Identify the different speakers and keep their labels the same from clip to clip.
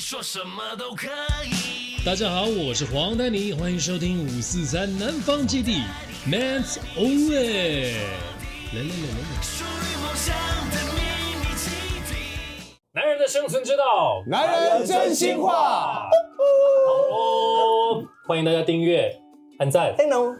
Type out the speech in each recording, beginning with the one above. Speaker 1: 说什么都可以。
Speaker 2: 大家好，我是黄丹妮，欢迎收听五四三南方基地 Man's Only。来来来来来，
Speaker 1: 属于梦想的秘密基地。
Speaker 3: 男人的生存之道。
Speaker 4: 男人真心话，
Speaker 3: 哦，欢迎大家订阅、按赞、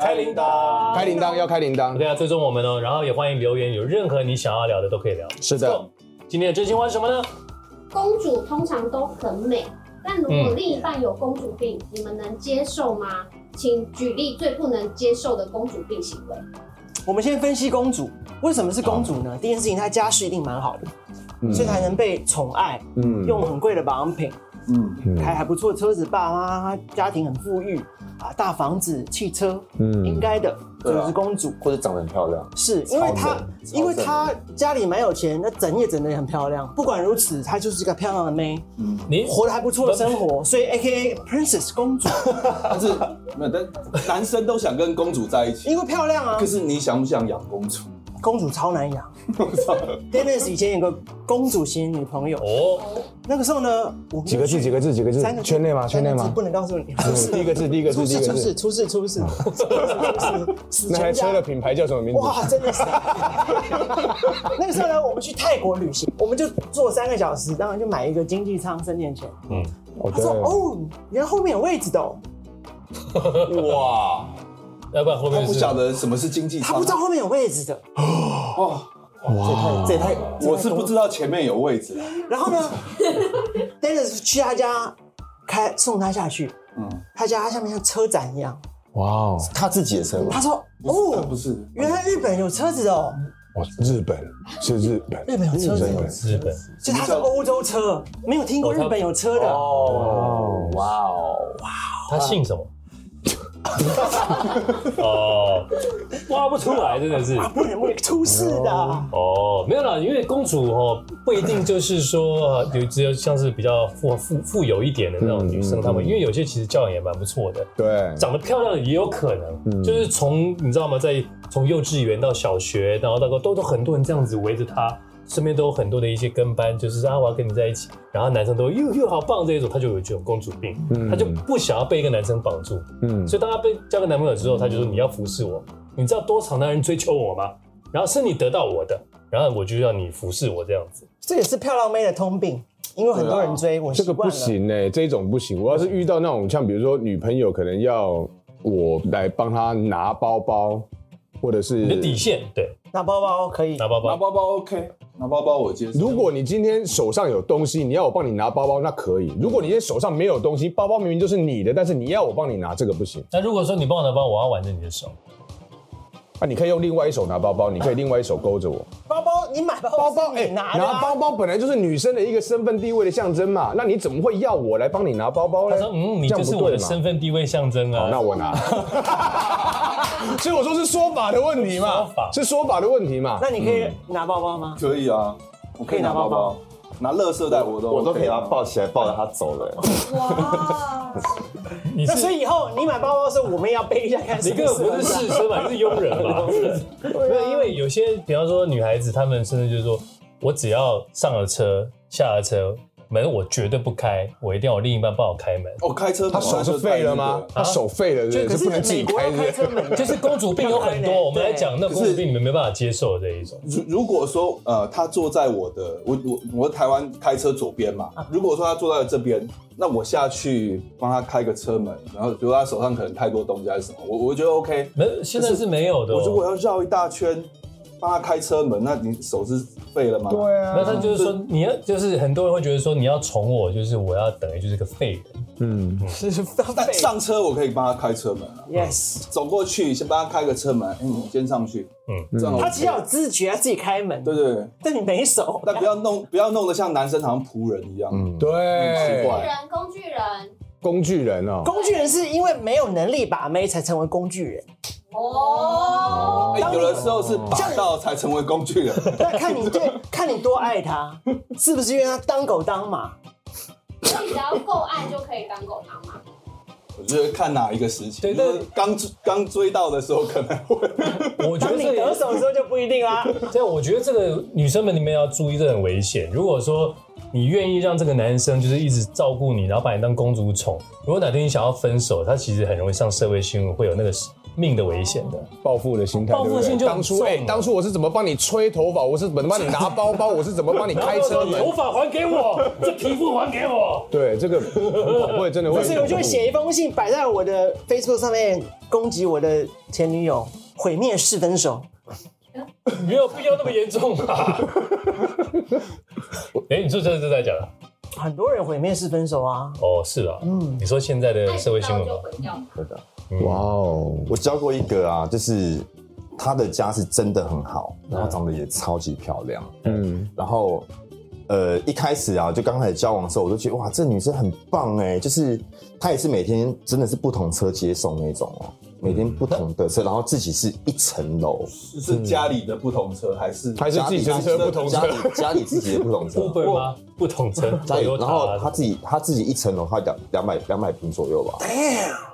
Speaker 3: 开铃铛、
Speaker 4: 开铃铛要开铃铛
Speaker 3: OK，啊，追踪我们哦，然后也欢迎留言，有任何你想要聊的都可以聊。
Speaker 4: 是的，
Speaker 3: 今天的真心话是什么呢？
Speaker 5: 公主通常都很美，但如果
Speaker 3: 嗯
Speaker 5: 另一半有公主病，你们能接受吗？请举例最不能接受的公主病行为。
Speaker 6: 我们先分析公主，为什么是公主呢？第一件事情，她家世一定蛮好的，
Speaker 7: 嗯
Speaker 6: 所以才能被宠爱，
Speaker 4: 嗯
Speaker 6: 用很贵的保养品，
Speaker 4: 嗯
Speaker 6: 开还不错的车子，爸妈家庭很富裕啊，大房子、汽车，
Speaker 4: 嗯
Speaker 6: 应该的，
Speaker 7: 对啊
Speaker 6: 就是公主。
Speaker 7: 或者长得很漂亮，
Speaker 6: 是因为
Speaker 7: 超
Speaker 6: 她
Speaker 7: 美，
Speaker 6: 因为
Speaker 7: 超正
Speaker 6: 她家里蛮有钱，那整也整的也很漂亮。不管如此，她就是一个漂亮的妹，
Speaker 3: 你
Speaker 7: 嗯
Speaker 6: 活得还不错的生活，所以 A K A Princess 公 主，
Speaker 7: 但是没有，但男生都想跟公主在一起。
Speaker 6: 因为漂亮啊
Speaker 7: 可。是你想不想养公主？
Speaker 6: 公主超难养。Dennis 以前有个公主型女朋友，
Speaker 3: 哦，
Speaker 6: 那个时候呢，我
Speaker 4: 几个字？几个字？几个字
Speaker 6: 三个？字
Speaker 4: 圈内吗？圈
Speaker 6: 三个
Speaker 4: 内
Speaker 6: 字
Speaker 4: 吗
Speaker 6: 不？能告诉你。
Speaker 4: 嗯 第一个字，第一个
Speaker 6: 出
Speaker 4: 字，第
Speaker 6: 事
Speaker 4: 一个
Speaker 6: 出事
Speaker 4: 字。
Speaker 6: 出事 出事出事出事！
Speaker 4: 那台车的
Speaker 6: 了。
Speaker 4: 品牌叫什么名字？
Speaker 6: 哇，真的是！ 那个时候呢，我们去泰国旅行，我们就坐三个小时，当然就买一个经济舱深圳前。
Speaker 4: 哦
Speaker 6: 他说：“哦，原来后面有位置的、哦。
Speaker 7: 哇，
Speaker 3: 要不然后
Speaker 7: 他
Speaker 3: 面
Speaker 7: 不
Speaker 3: 是
Speaker 7: 晓得什么是经济”
Speaker 6: 他
Speaker 7: 舱啊
Speaker 6: 不知道后面有位置的。
Speaker 7: 哦。
Speaker 4: 哇，
Speaker 6: 这也太……
Speaker 7: 我是不知
Speaker 6: 道。
Speaker 7: 道前面有位置啊，
Speaker 6: 然后呢，Dennis 去他家开送他下去，
Speaker 7: 嗯，
Speaker 6: 他家下面像车展一样。
Speaker 4: 哇哦，
Speaker 7: 他自己的车
Speaker 6: 他说：“
Speaker 7: 他不
Speaker 6: 哦，
Speaker 7: 是，
Speaker 6: 原来日本有车子哦，
Speaker 4: 哇，日本是日本，
Speaker 6: 日本有车子。”
Speaker 3: 日本
Speaker 6: 就它是欧洲车，没有听过日本有车的。
Speaker 3: 哦，
Speaker 4: 哦，
Speaker 7: 哇哦，
Speaker 3: 他姓什么？ 哦，挖不出来，真的是。
Speaker 6: 不能不能出事的，
Speaker 3: 哦，没有啦，因为公主哦，不一定就是说呃有只有像是比较富富富有一点的那种女生，
Speaker 4: 嗯嗯
Speaker 3: 她们、
Speaker 4: 嗯
Speaker 3: 因为有些其实教养也蛮不错的，
Speaker 4: 对，
Speaker 3: 长得漂亮的也有可能，
Speaker 4: 嗯
Speaker 3: 就是从你知道吗，在从幼稚园到小学，然后到都都很多人这样子围着她，身边都有很多的一些跟班，就是啊我要跟你在一起，然后男生都又又好棒这一种，她就有这种公主病，
Speaker 4: 嗯
Speaker 3: 她就不想要被一个男生绑住，
Speaker 4: 嗯，
Speaker 3: 所以当她被交个男朋友之后，她就说你要服侍我，你知道多少男人追求我吗？然后是你得到我的，然后我就要你服侍我这样子。
Speaker 6: 这也是漂亮妹的通病，因为很多人追，我
Speaker 4: 这
Speaker 6: 习
Speaker 4: 个
Speaker 6: 惯
Speaker 4: 不
Speaker 6: 了。
Speaker 4: 行哎，这种不行。我要是遇到那种像比如说女朋友可能要我来帮她拿包包，或者
Speaker 3: 你的
Speaker 4: 是
Speaker 3: 底线对，
Speaker 6: 拿包包可以
Speaker 3: 拿，包包，
Speaker 7: 拿包包 OK，拿包包我接受。
Speaker 4: 如果你今天手上有东西，你要我帮你拿包包，那可以；如果你今天手上没有东西，包包明明就是你的，但是你要我帮你拿，这个不行。
Speaker 3: 那如果说你帮我拿包，我要挽着你的手，
Speaker 4: 啊，你可以用另外一手拿包包，你可以另外一手勾着我。
Speaker 6: 包包你买包
Speaker 4: 包包，
Speaker 6: 哎拿的啊
Speaker 4: 拿包包本来就是女生的一个身份地位的象征嘛，那你怎么会要我来帮你拿包包呢
Speaker 3: 他？说嗯，你就是我的身份地位象征
Speaker 4: 好，
Speaker 3: 啊。
Speaker 4: 那 我拿。所以我说是说法的问题嘛
Speaker 3: 说法，
Speaker 4: 是说法的问题嘛。嗯
Speaker 6: 那你可以拿包包吗？
Speaker 7: 可以啊，我可以拿包包，拿垃圾袋我都
Speaker 8: 我都可以
Speaker 7: OK
Speaker 8: 把
Speaker 7: 啊
Speaker 8: 他抱起来，抱着他走了。
Speaker 5: 哇，
Speaker 3: 你
Speaker 6: 那
Speaker 3: 是
Speaker 6: 所以以后你买包包的时候，我们也要背一下看
Speaker 3: 你
Speaker 6: 什
Speaker 3: 根
Speaker 6: 么
Speaker 3: 本
Speaker 6: 事
Speaker 3: 不是士绅吧，你是佣人 吧？
Speaker 4: 啊
Speaker 3: 没有，因为有些，比方说女孩子，她们甚至就是说，我只要上了车，下了车，门我绝对不开，我一定要我另一半帮我开 门。
Speaker 7: 哦，开车
Speaker 4: 他手是废了吗？
Speaker 3: 嗯
Speaker 4: 他手废了，是不
Speaker 6: 可
Speaker 4: 是？是不能
Speaker 6: 是
Speaker 4: 自己
Speaker 6: 美国
Speaker 4: 开是
Speaker 6: 要
Speaker 4: 不
Speaker 6: 开
Speaker 4: 是
Speaker 6: 车门，
Speaker 3: 就是公主病有很多，我们来讲那
Speaker 7: 对
Speaker 3: 公主病你们没办法接受的这一种。
Speaker 7: 如如果说呃，他坐在我的我我我台湾开车左边嘛，
Speaker 4: 啊
Speaker 7: 如果说他坐在这边，那我下去帮他开个车门，然后比如他手上可能太多东西还是什么，我我觉得 OK。
Speaker 3: 没，现在是没有的、
Speaker 7: 我如果
Speaker 3: 哦。
Speaker 7: 要绕一大圈帮他开车门，那你手是废了吗？
Speaker 4: 对
Speaker 3: 那
Speaker 4: 啊，
Speaker 3: 他就是说，你要就是很多人会觉得说，你要宠我，就是我要等于就是个废人。
Speaker 4: 嗯，
Speaker 6: 是
Speaker 7: 但上车我可以帮他开车门啊，
Speaker 6: yes。
Speaker 7: 走过去先帮他开个车门，哎、你先上去，
Speaker 3: 嗯
Speaker 7: 嗯，这样 OK
Speaker 6: 他只要有知觉，他自己开门，
Speaker 7: 对对对，
Speaker 6: 但你没手，
Speaker 7: 但不要弄不要弄得像男生好像仆人一样，
Speaker 4: 嗯对，
Speaker 7: 奇
Speaker 5: 工具
Speaker 7: 怪
Speaker 5: 人，工具人，
Speaker 4: 工具人哦，
Speaker 6: 工具人是因为没有能力把妹才成为工具人。
Speaker 4: 嗯
Speaker 5: 哦，
Speaker 7: 哎有的时候是霸道才成为工具人。
Speaker 6: 那看你对，看你多爱他，是不是因为他当狗当马？
Speaker 5: 所哎以只要够爱就可以当狗当嘛。
Speaker 7: 我觉得看哪一个时期，
Speaker 3: 对
Speaker 7: 就是刚追刚追到的时候可能会，
Speaker 3: 我觉得
Speaker 6: 当你
Speaker 3: 这
Speaker 6: 得
Speaker 3: 个
Speaker 6: 手的时候就不一定啦。啊
Speaker 3: 对，我觉得这个女生们你们要注意，这很危险。如果说你愿意让这个男生就是一直照顾你，然后把你当公主宠。如果哪天你想要分手，他其实很容易上社会新闻，会有那个命的危险的。
Speaker 4: 报复的心态，
Speaker 3: 报复
Speaker 4: 对不对
Speaker 3: 心就很
Speaker 4: 当初
Speaker 3: 重
Speaker 4: 哎、
Speaker 3: 了
Speaker 4: 当初我是怎么帮你吹头发，我是怎么帮你拿包包，我是怎么帮你开车门，
Speaker 3: 头发还给我，这皮肤还给我。
Speaker 4: 对这个很会真 的会，
Speaker 6: 所以我就会写一封信摆在我的 Facebook 上面，攻击我的前女友，毁灭式分手。
Speaker 3: 没有必要那么严重吧？哎、你说这是在讲啊
Speaker 6: 很多人毁灭式分手啊，
Speaker 3: 哦，是啊，嗯，你说现在的
Speaker 5: 爱
Speaker 3: 社
Speaker 5: 不
Speaker 3: 会新
Speaker 5: 到
Speaker 3: 闻
Speaker 5: 就
Speaker 3: 吗？
Speaker 5: 毁掉它。
Speaker 4: 哇哦，
Speaker 8: 我教过一个啊，就是她的家是真的很好，然后长得也超级漂亮，
Speaker 4: 嗯，
Speaker 8: 然后呃一开始啊，就刚开始交往的时候，我就觉得哇，这女生很棒哎，就是她也是每天真的是不同车接送那种哦，每天不同的车，然后自己是一层楼，
Speaker 7: 是是家里的不同车还是
Speaker 4: 还是
Speaker 8: 家里
Speaker 4: 自己的车不同车
Speaker 8: 家里家里自己的不同 车。
Speaker 3: Uber 吗？啊不同车，
Speaker 8: 家里，
Speaker 3: Toyota 啊
Speaker 8: 然后他自己他自己一层楼，他两两百两百平左右吧。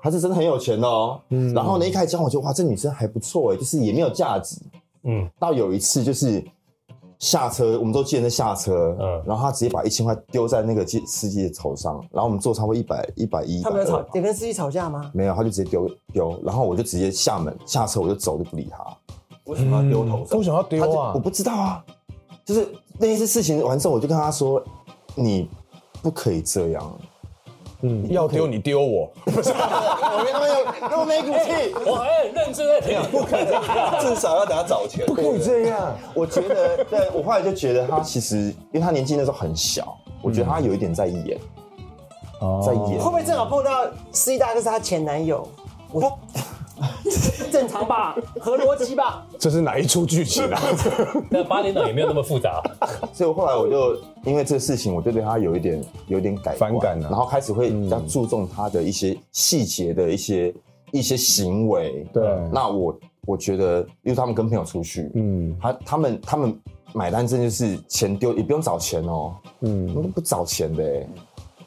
Speaker 8: 他是真的很有钱的哦。然后呢，一开始交往就哇，这女生还不错哎，就是也没有价值。
Speaker 3: 嗯，
Speaker 8: 到有一次就是下车，我们都记得在下车，
Speaker 3: 嗯
Speaker 8: 嗯，然后他直接把一千块丢在那个司司机的头上，然后我们坐超过一百一百一，
Speaker 6: 他们有吵
Speaker 8: 120，
Speaker 6: 也跟司机吵架吗？
Speaker 8: 没有，他就直接丢丢，然后我就直接下门下车，我就走，就不理他。
Speaker 7: 为什么要丢头上
Speaker 4: 为？什么要
Speaker 8: 他
Speaker 4: 丢
Speaker 8: 就
Speaker 4: 啊
Speaker 8: 我？不知道啊，就是那一次事情完之后，我就跟他说，你不可以这样。
Speaker 4: 嗯，要丢你丢我，
Speaker 8: 我没那么有那么没骨气，
Speaker 3: 我很认真在听。
Speaker 7: 至少要等他找钱。
Speaker 4: 不可以这样，
Speaker 8: 我觉得，对我后来就觉得他其实，因为他年纪那时候很小，我觉得他有一点在演，
Speaker 4: 嗯
Speaker 8: 在
Speaker 4: 哦
Speaker 8: 演
Speaker 6: 会不。会正好碰到司机大哥是他前男友？我 正常吧，合逻辑吧。
Speaker 4: 这是哪一出剧情啊？
Speaker 3: 那八点档也没有那么复杂，
Speaker 8: 所以我后来我就因为这个事情，我就对他有一点有点改观
Speaker 4: 反感啊
Speaker 8: 然后开始会比较注重他的一些细节的一些一些行为。
Speaker 4: 对
Speaker 8: 那我我觉得，因为他们跟朋友出去，
Speaker 4: 嗯
Speaker 8: 他他们他们买单真的是钱丢，也不用找钱哦，我
Speaker 4: 嗯，
Speaker 8: 们都不找钱的、欸，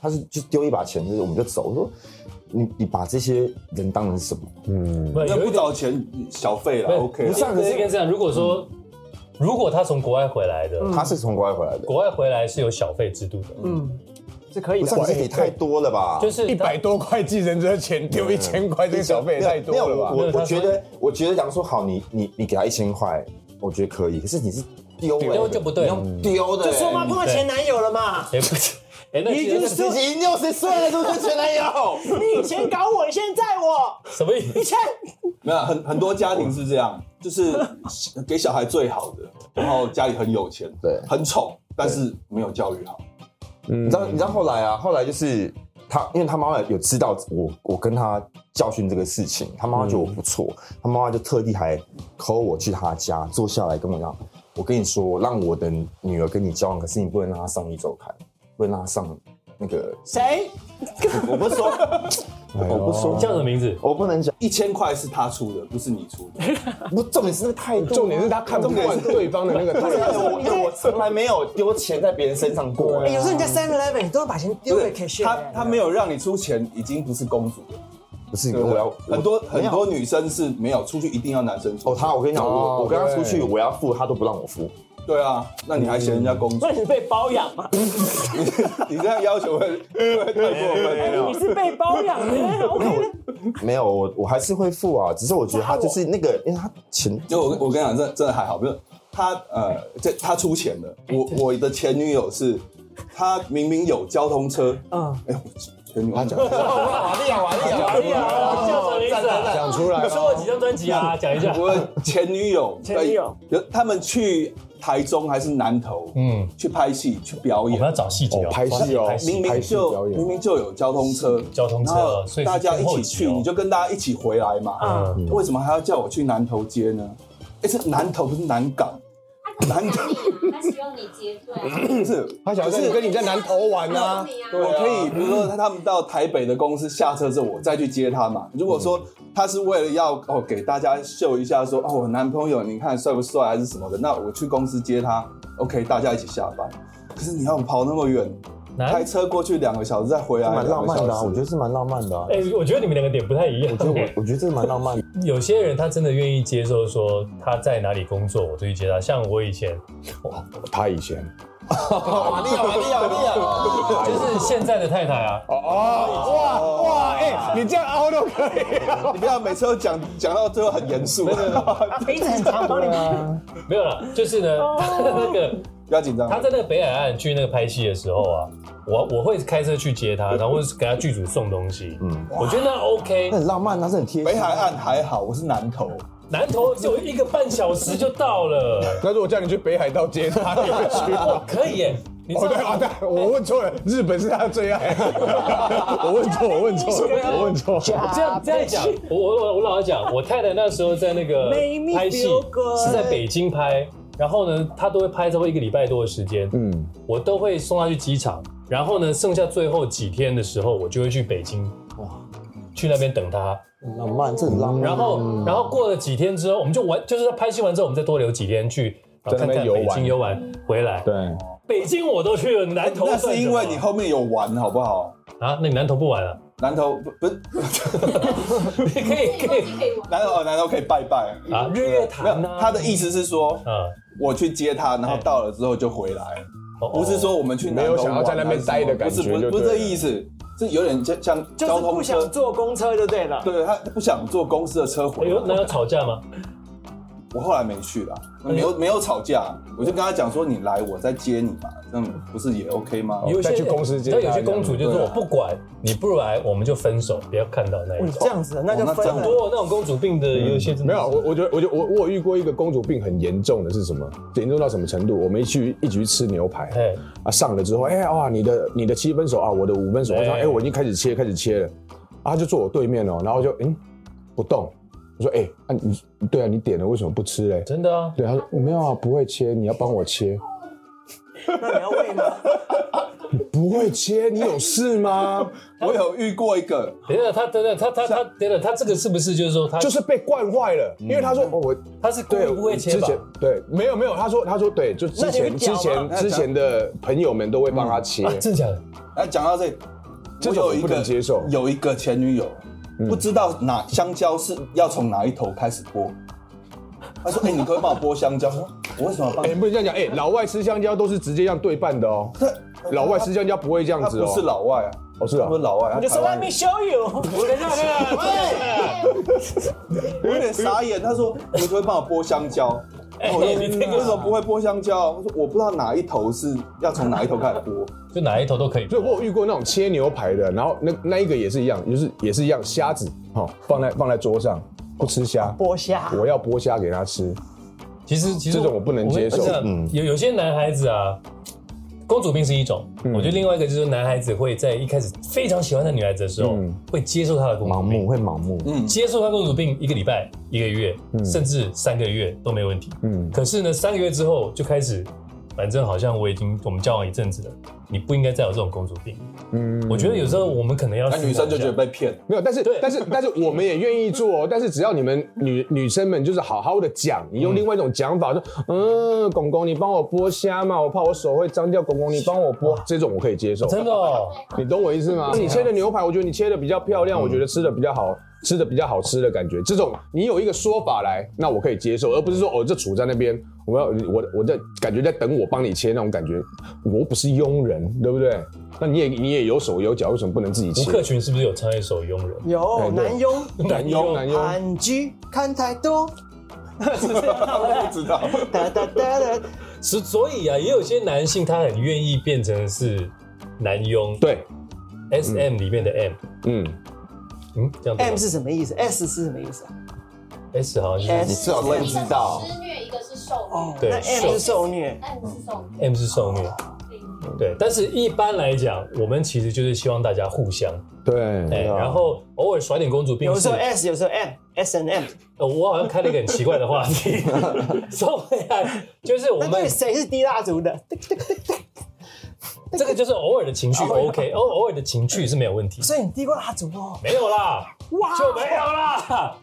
Speaker 8: 他是就丢一把钱，就是我们就走。我说你你把这些人当成什么？
Speaker 3: 不
Speaker 7: 那
Speaker 3: 有一
Speaker 7: 不
Speaker 3: 点
Speaker 7: 找钱小费啦
Speaker 3: 不是
Speaker 7: o k
Speaker 3: 不是啊，可是应该这样。如果说，如果他从国外回来的，
Speaker 8: 他是从国外回来的，
Speaker 3: 国外回来是有小费制度的，
Speaker 6: 嗯，是可以
Speaker 8: 不
Speaker 6: 的
Speaker 8: 是。你给太多了吧？
Speaker 3: 就是
Speaker 4: 一百多块计程车钱丢一千块，这个小费也太多
Speaker 8: 没有
Speaker 4: 了吧？
Speaker 8: 我
Speaker 3: 没有
Speaker 8: 我
Speaker 3: 他说
Speaker 8: 我觉得我觉得，假如说好，你你你给他一千块，我觉得可以。可是你是丢欸
Speaker 3: 丢就不对
Speaker 8: 你用丢的欸。
Speaker 6: 就说
Speaker 7: 嗯
Speaker 6: 嘛，碰到前男友了嘛。
Speaker 3: 也不是，哎，那
Speaker 6: 你已经是
Speaker 8: 已经六十岁了，是不是前男友？
Speaker 6: 你以前搞我，现在我，
Speaker 3: 什么意思
Speaker 6: 以？前
Speaker 7: 没有很很多家庭是这样，就是给小孩最好的，然后家里很有钱，
Speaker 8: 对
Speaker 7: 很宠，但是没有教育好。
Speaker 8: 你知道你知道后来啊，后来就是他，因为他妈妈有知道我我跟他教训这个事情，他妈妈觉得我不错，他妈妈就特地还 call 我去他家坐下来跟我讲，我跟你说，让我的女儿跟你交往，可是你不能让她上一周刊，不能让她上那个，
Speaker 6: 谁？
Speaker 8: 我不是说，我不是说
Speaker 3: 叫什么名字？
Speaker 8: 我不能讲，
Speaker 7: 一千块是他出的，不是你出的。
Speaker 8: 不，重点是那个态度啊，
Speaker 4: 重点是他看不惯对方的那个态
Speaker 8: 对。
Speaker 4: 度，
Speaker 8: 我哎我从来没有丢钱在别人身上过。欸
Speaker 6: 哎有时候你在 Seven Eleven 你都要把钱丢给
Speaker 7: 不
Speaker 6: cashier。
Speaker 7: 他他没有让你出钱，已经不是公主了。
Speaker 8: 不是，
Speaker 7: 对不
Speaker 8: 我
Speaker 7: 对
Speaker 8: 要
Speaker 7: 很多
Speaker 8: 我没
Speaker 7: 很
Speaker 8: 有
Speaker 7: 多女生是没有出去，一定要男生出。
Speaker 8: 哦，他我跟你讲，
Speaker 4: 哦
Speaker 8: 我我跟他出去，
Speaker 4: 对
Speaker 8: 我要付，他都不让我付。
Speaker 7: 对啊，那你还嫌人家公主
Speaker 6: 那？你被包养吗？
Speaker 7: 你这样要求会会太过分。
Speaker 6: 你是被包养的，OK 的。
Speaker 8: 没有，我我还是会付啊，只是我觉得他就是那个，因为他钱
Speaker 7: 就我我跟你讲，真的真的还好，不是他呃，这他出钱的。我我的前女友是，她明明有交通车，
Speaker 6: 嗯，
Speaker 7: 哎、我前女友讲，
Speaker 4: 瓦力亚瓦力亚，
Speaker 3: 哎呀，叫什么名字啊？
Speaker 4: 讲出来
Speaker 3: 你说
Speaker 4: 了
Speaker 3: 我几张专辑啊？讲一下。
Speaker 7: 我的前女友，
Speaker 6: 前女友
Speaker 7: 对，他们去台中还是南投，
Speaker 3: 嗯
Speaker 7: 嗯，去拍戏去表
Speaker 2: 我们要
Speaker 7: 演，
Speaker 2: 找细节哦
Speaker 4: 哦，，拍戏哦
Speaker 2: 拍，
Speaker 7: 明明
Speaker 4: 拍戏表
Speaker 7: 就
Speaker 4: 演
Speaker 7: 明明就有交通嗯车，
Speaker 2: 交通车
Speaker 7: 然后嗯
Speaker 2: 所以是
Speaker 7: 大家一
Speaker 2: 后
Speaker 7: 起
Speaker 2: 期
Speaker 7: 去，
Speaker 2: 哦
Speaker 7: 你就跟大家一起回来
Speaker 6: 啊
Speaker 7: 嘛，为什么还要叫我去南投街呢？哎，是南投不是南港，
Speaker 5: 他可能想你啊，他希望你接对啊。
Speaker 7: 不是
Speaker 4: 他想
Speaker 7: 就是
Speaker 4: 跟跟你在南投玩啊，
Speaker 5: 对
Speaker 7: 我可以，比如说他他们到台北的公司下车之后，我再去接他嘛。如果说他是为了要哦给大家秀一下说哦我男朋友你看帅不帅还是什么的，那我去公司接他，OK，大家一起下班。可是你要跑那么远，
Speaker 3: 啊
Speaker 2: 南
Speaker 7: 开车过去两个小时再回来，
Speaker 8: 蛮浪漫的啊，
Speaker 7: 两
Speaker 8: 我
Speaker 7: 个
Speaker 8: 觉
Speaker 7: 小
Speaker 8: 得
Speaker 7: 时
Speaker 8: 是蛮浪漫的啊。
Speaker 3: 哎，我觉得你们两个点不太一样。
Speaker 8: 我觉得我我觉得这个蛮浪漫的。
Speaker 3: 有些人他真的愿意接受说他在哪里工作，我就去接他。像我以前，
Speaker 4: 他以前哦
Speaker 8: 哇，厉害，厉害，厉 害！
Speaker 3: 就是现在的太太啊，
Speaker 4: 哦，哇哇，哎，你这样凹都可以。
Speaker 7: 你不要每次都讲讲到最后很严肃，
Speaker 6: 啊，鼻子很长，帮你们
Speaker 3: 没有啦，就是呢， 那个
Speaker 7: 不要紧张。
Speaker 3: 他在那个北海岸去那个拍戏的时候啊，我我会开车去接他，然后是给他剧组送东西。嗯，我觉得那 OK
Speaker 8: 那。很浪漫，那是很贴心。
Speaker 7: 北海岸还好，我是南投，
Speaker 3: 南头只有一个半小时就到了， 哦
Speaker 4: 那如果叫你去北海道接他，你会 去吗？
Speaker 3: 可以耶。你知
Speaker 4: 哦
Speaker 3: 道
Speaker 4: 对哦对，我问错了，日本是他的最爱。 我问错，我问错，我问错。
Speaker 3: 这样这样啊讲，我我我我老实讲，我太太那时候在那 个
Speaker 6: Make me
Speaker 3: 拍戏
Speaker 6: feel good
Speaker 3: 是在北京拍，然后呢，她都会拍差不多一个礼拜多的时间，
Speaker 4: 嗯，
Speaker 3: 我都会送她去机场，然后呢，剩下最后几天的时候，我就会去北京，哇，去那边等她，
Speaker 8: 很浪漫，这很浪
Speaker 7: 嗯
Speaker 8: 漫。
Speaker 3: 然后然后过了几天之后，我们就玩，就是拍戏完之后，我们再多留几天去。呃
Speaker 4: 在那
Speaker 3: 看
Speaker 4: 边
Speaker 3: 看
Speaker 4: 游
Speaker 3: 北
Speaker 4: 玩
Speaker 3: 京游玩回来，
Speaker 4: 对，
Speaker 3: 北京我都去了，南投
Speaker 7: 哎那
Speaker 3: 算
Speaker 7: 是
Speaker 3: 什
Speaker 7: 因
Speaker 3: 么
Speaker 7: 为你后面有玩，好不好？
Speaker 3: 啊，那你南投不 玩了，
Speaker 7: 南投不不是
Speaker 3: 你可以可
Speaker 5: 东
Speaker 3: 以
Speaker 5: 西可以玩。
Speaker 7: 南投，哦南投可以拜拜。
Speaker 3: 啊，日月
Speaker 7: 没
Speaker 3: 潭
Speaker 7: 有，
Speaker 3: 啊，
Speaker 7: 他的意思是说，
Speaker 4: 嗯
Speaker 3: 啊，
Speaker 7: 我去接他，然后到了之后就回来，
Speaker 3: 哦哦
Speaker 7: 不是说我们去
Speaker 4: 没
Speaker 7: 南
Speaker 4: 有
Speaker 7: 投
Speaker 4: 想要在那边
Speaker 7: 玩还是
Speaker 4: 待的
Speaker 7: 什么
Speaker 4: 感觉
Speaker 7: 不是不是
Speaker 4: 就
Speaker 7: 不
Speaker 4: 对
Speaker 7: 是这
Speaker 4: 了
Speaker 7: 意思，是有点像像
Speaker 6: 就是
Speaker 7: 交
Speaker 6: 不
Speaker 7: 通
Speaker 6: 想
Speaker 7: 车，
Speaker 6: 坐公车就对了。
Speaker 7: 对他不想坐公司的车
Speaker 3: 哎
Speaker 7: 回
Speaker 3: 呦，那
Speaker 7: 来。
Speaker 3: 要吵架吗？
Speaker 7: 我后来没去了，
Speaker 4: 哎
Speaker 7: 没有没有吵架，我就跟他讲说你来，我再接你嘛，这样不是也 OK 吗？
Speaker 3: 有
Speaker 4: 再
Speaker 3: 些
Speaker 4: 去公司接
Speaker 3: 那
Speaker 4: 他
Speaker 3: 有些公主就
Speaker 7: 这
Speaker 3: 说
Speaker 7: 样
Speaker 3: 我
Speaker 4: 啊
Speaker 3: 不管你不来，我们就分手，不要看到那一
Speaker 6: 你
Speaker 3: 种。
Speaker 6: 这样子，啊那就
Speaker 7: 哦那
Speaker 6: 分
Speaker 7: 这样
Speaker 6: 了。
Speaker 3: 多那种公主病的，有一些真的
Speaker 4: 嗯没有，我我觉得，我觉得我我有遇过一个公主病很严重的是什么？严重到什么程度？我们一起一起去吃牛排，
Speaker 3: 哎，
Speaker 4: 啊，上了之后，哎、哇，你的你的七分熟啊，我的五分熟，他说，
Speaker 3: 哎
Speaker 4: 哎、我已经开始切，开始切了，啊，他就坐我对面哦，然后我就嗯不动，我说，哎、啊你对啊，你点了为什么不吃嘞？
Speaker 3: 真的啊，
Speaker 4: 对，他说没有啊，不会切，你要帮我切，
Speaker 6: 那你要喂吗？
Speaker 4: 不会切，你有事吗？
Speaker 7: 我有遇过一个，
Speaker 3: 等一下他等等他他他等等他这个是不是就是说他
Speaker 4: 就是被惯坏了，因为他说、哦、我
Speaker 3: 他是故意不会切
Speaker 4: 之
Speaker 3: 吧
Speaker 4: 前？对，没有没有，他说他说对，就之
Speaker 6: 那你会
Speaker 4: 前
Speaker 6: 讲
Speaker 4: 之
Speaker 6: 吗
Speaker 4: 前之前的朋友们都会帮他切，
Speaker 3: 啊，真假的？
Speaker 7: 哎，讲到这，
Speaker 4: 这种
Speaker 7: 我
Speaker 4: 我
Speaker 7: 有一
Speaker 4: 不能
Speaker 7: 个
Speaker 4: 接受嗯
Speaker 7: 有一个前女友，不知道哪香蕉是要从哪一头开始剥。她说：“哎、你可不可以帮我剥香蕉。”我说：“我为什么要 帮
Speaker 4: 哎、
Speaker 7: 你
Speaker 4: 不能这样讲，哎、老外吃香蕉都是直接这样对半的哦，老外吃香蕉不会这样
Speaker 7: 他
Speaker 4: 子哦，
Speaker 7: 不是老外啊，
Speaker 4: 哦是啊
Speaker 7: 他不是老外，
Speaker 6: 我
Speaker 7: 他
Speaker 6: 就说
Speaker 7: 台湾
Speaker 6: Let me
Speaker 7: 人
Speaker 6: show you。我等一下，等一下，
Speaker 7: 我有点傻眼。他说：“你可不可以帮我剥香蕉？”
Speaker 6: 哎
Speaker 7: 然后我说：“
Speaker 3: 你
Speaker 7: 你
Speaker 3: 这
Speaker 7: 为
Speaker 3: 个
Speaker 7: 什么不会剥香蕉？”我说：“我不知道哪一头是要从哪一头开始剥。
Speaker 3: 就哪一头都可以。
Speaker 4: 所以我有遇过那种切牛排的，然后那那一个也是一样，就是也是一样，虾子哈、哦、放在放在桌上，不吃虾，
Speaker 6: 剥虾。
Speaker 4: 我要剥虾给他吃，
Speaker 3: 其实其实
Speaker 4: 这种我不能接受
Speaker 3: 我会
Speaker 4: 嗯
Speaker 3: 有有些男孩子啊，公主病是一种，
Speaker 4: 嗯
Speaker 3: 我觉得另外一个就是男孩子会在一开始非常喜欢的女孩子的时候
Speaker 4: 嗯，
Speaker 3: 会接受她的公主
Speaker 8: 盲
Speaker 3: 病
Speaker 8: 目。会盲目”，
Speaker 7: 嗯，
Speaker 3: 接受她公主病一个礼拜、一个月，甚至三个月都没问题。
Speaker 4: 嗯
Speaker 3: 可是呢，三个月之后就开始，反正好像我已经我们交往一阵子了，你不应该再有这种公主病。
Speaker 4: 嗯，
Speaker 3: 我觉得有时候我们可能要
Speaker 7: 那女生就觉得被骗。
Speaker 4: 没有，但是
Speaker 3: 对
Speaker 4: 但 是但是我们也愿意做、哦，但是只要你们女女生们就是好好的讲，你用另外一种讲法说，嗯，公公你帮我剥虾嘛，我怕我手会脏掉，公公你帮我剥，这种我可以接受，
Speaker 3: 真的 哦，
Speaker 8: 啊
Speaker 4: 你懂我意思吗？你切的牛排，我觉得你切的比较漂亮，我觉得吃的比较好，吃的比较好吃的感觉。这种你有一个说法来，那我可以接受，而不是说哦，这杵在那边，我要我我在感觉在等我帮你切那种感觉，我不是佣人，对不对？那你也你也有手有脚，为什么不能自己
Speaker 3: 吴克
Speaker 4: 切？
Speaker 3: 群是不是有唱一首《佣人
Speaker 6: 有
Speaker 4: 对对
Speaker 6: 男佣，
Speaker 4: 男佣男佣，
Speaker 6: 韩剧看太多。是这样唱的
Speaker 7: 不知 道，
Speaker 6: 哒哒哒哒，》？
Speaker 3: 是，所以啊，也有些男性他很愿意变成是男佣，
Speaker 4: 对，
Speaker 3: S M 里面的 M，
Speaker 4: 嗯，
Speaker 3: 嗯，这样对吗
Speaker 6: M 是什么意思？S 是什么意思啊
Speaker 3: S 好像就是
Speaker 8: 啊你
Speaker 6: S
Speaker 8: 至少认
Speaker 5: 一
Speaker 8: 知
Speaker 5: 个
Speaker 8: 道
Speaker 5: 是。施虐，一个是受
Speaker 6: 哦，
Speaker 5: 虐
Speaker 3: 对
Speaker 6: 那 M 是受虐，
Speaker 5: ，M 哎是受虐。哎
Speaker 3: M 是受虐，对。但是一般来讲，我们其实就是希望大家互相，
Speaker 4: 对，
Speaker 3: 哎，
Speaker 4: 啊
Speaker 3: 然后偶尔耍点公主病
Speaker 6: 有
Speaker 3: 是
Speaker 6: 时候。S，有时候哎 M，S and M。
Speaker 3: 呃我好像开了一个很奇怪的话题， 收回来，就是我
Speaker 6: 那
Speaker 3: 们
Speaker 6: 对谁是低蜡烛的？
Speaker 3: 这个就是偶尔的情绪 OK，偶偶尔的情绪是没有问题，
Speaker 6: 哦所以你低过蜡烛哦。
Speaker 3: 没有啦，
Speaker 6: 哇，
Speaker 3: 就没有啦，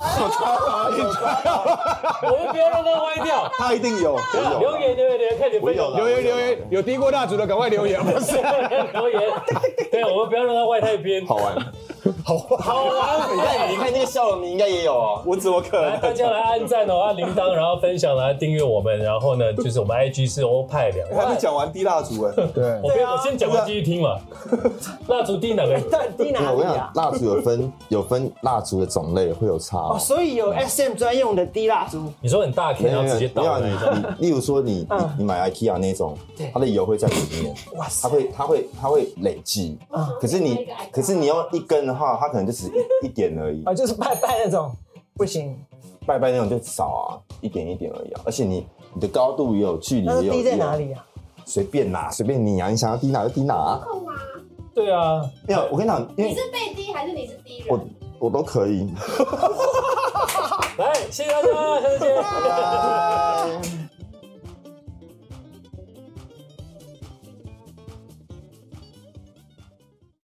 Speaker 5: 哎
Speaker 3: 我们不要让它歪掉。
Speaker 7: 他一定有，我有
Speaker 3: 留言留言留言，看你分享
Speaker 7: 我有啦
Speaker 4: 留言留言，哎有低过蜡烛的赶快留言，不是
Speaker 3: 留言，对，我们不要让它歪太边。
Speaker 8: 好玩，
Speaker 4: 好啊，
Speaker 8: 好啊！你看，你看那个笑容，你应该也有哦。我怎么可
Speaker 3: 来，大
Speaker 8: 能？
Speaker 3: 家来按赞哦，按铃铛，然后分享，然后订阅我们，然后呢，就是我们 IG 是欧派两
Speaker 7: 还没讲完滴蜡烛哎，
Speaker 4: 对，
Speaker 3: 我跟
Speaker 6: 啊对啊
Speaker 3: 我先讲完继续听 嘛。蜡烛第哪个？
Speaker 6: 到底哎低哪
Speaker 8: 我
Speaker 6: 里
Speaker 8: 跟你讲
Speaker 6: 啊，？
Speaker 8: 蜡烛有分有分蜡烛的种类，会有差
Speaker 6: 哦，
Speaker 8: 哦。
Speaker 6: 所以有 S M 专用的低蜡烛，
Speaker 3: 你说很大
Speaker 8: 没
Speaker 3: 片，然
Speaker 8: 有
Speaker 3: 后
Speaker 8: 没有
Speaker 3: 直接倒那
Speaker 8: 没
Speaker 3: 一
Speaker 8: 有
Speaker 3: 种。嗯
Speaker 8: 你你例如说你你你买 IKEA 那种
Speaker 6: 对，
Speaker 8: 它的油会在里面，
Speaker 6: 哇塞
Speaker 8: 它！会它会它会累积。
Speaker 3: 嗯
Speaker 8: 可是你可是你用一根的话，它可能就只是一一点而已。
Speaker 6: 哦
Speaker 9: 啊，就是拜拜那种，不行，
Speaker 8: 拜拜那种就少啊，一点一点而已啊。而且你你的高度也有，距离
Speaker 9: 那
Speaker 8: 也
Speaker 9: 是
Speaker 8: 有，
Speaker 9: 滴在
Speaker 8: 也有
Speaker 9: 哪？里啊？
Speaker 8: 随便拿，随便你啊，你想要滴哪就滴哪啊。
Speaker 5: 控吗？
Speaker 3: 对啊，
Speaker 8: 没有，我跟你讲，因
Speaker 5: 你
Speaker 8: 为
Speaker 5: 是被低还是你是低
Speaker 8: 我
Speaker 5: 人？
Speaker 8: 我都可以。
Speaker 3: 来，谢谢大家，下次见。
Speaker 8: 拜拜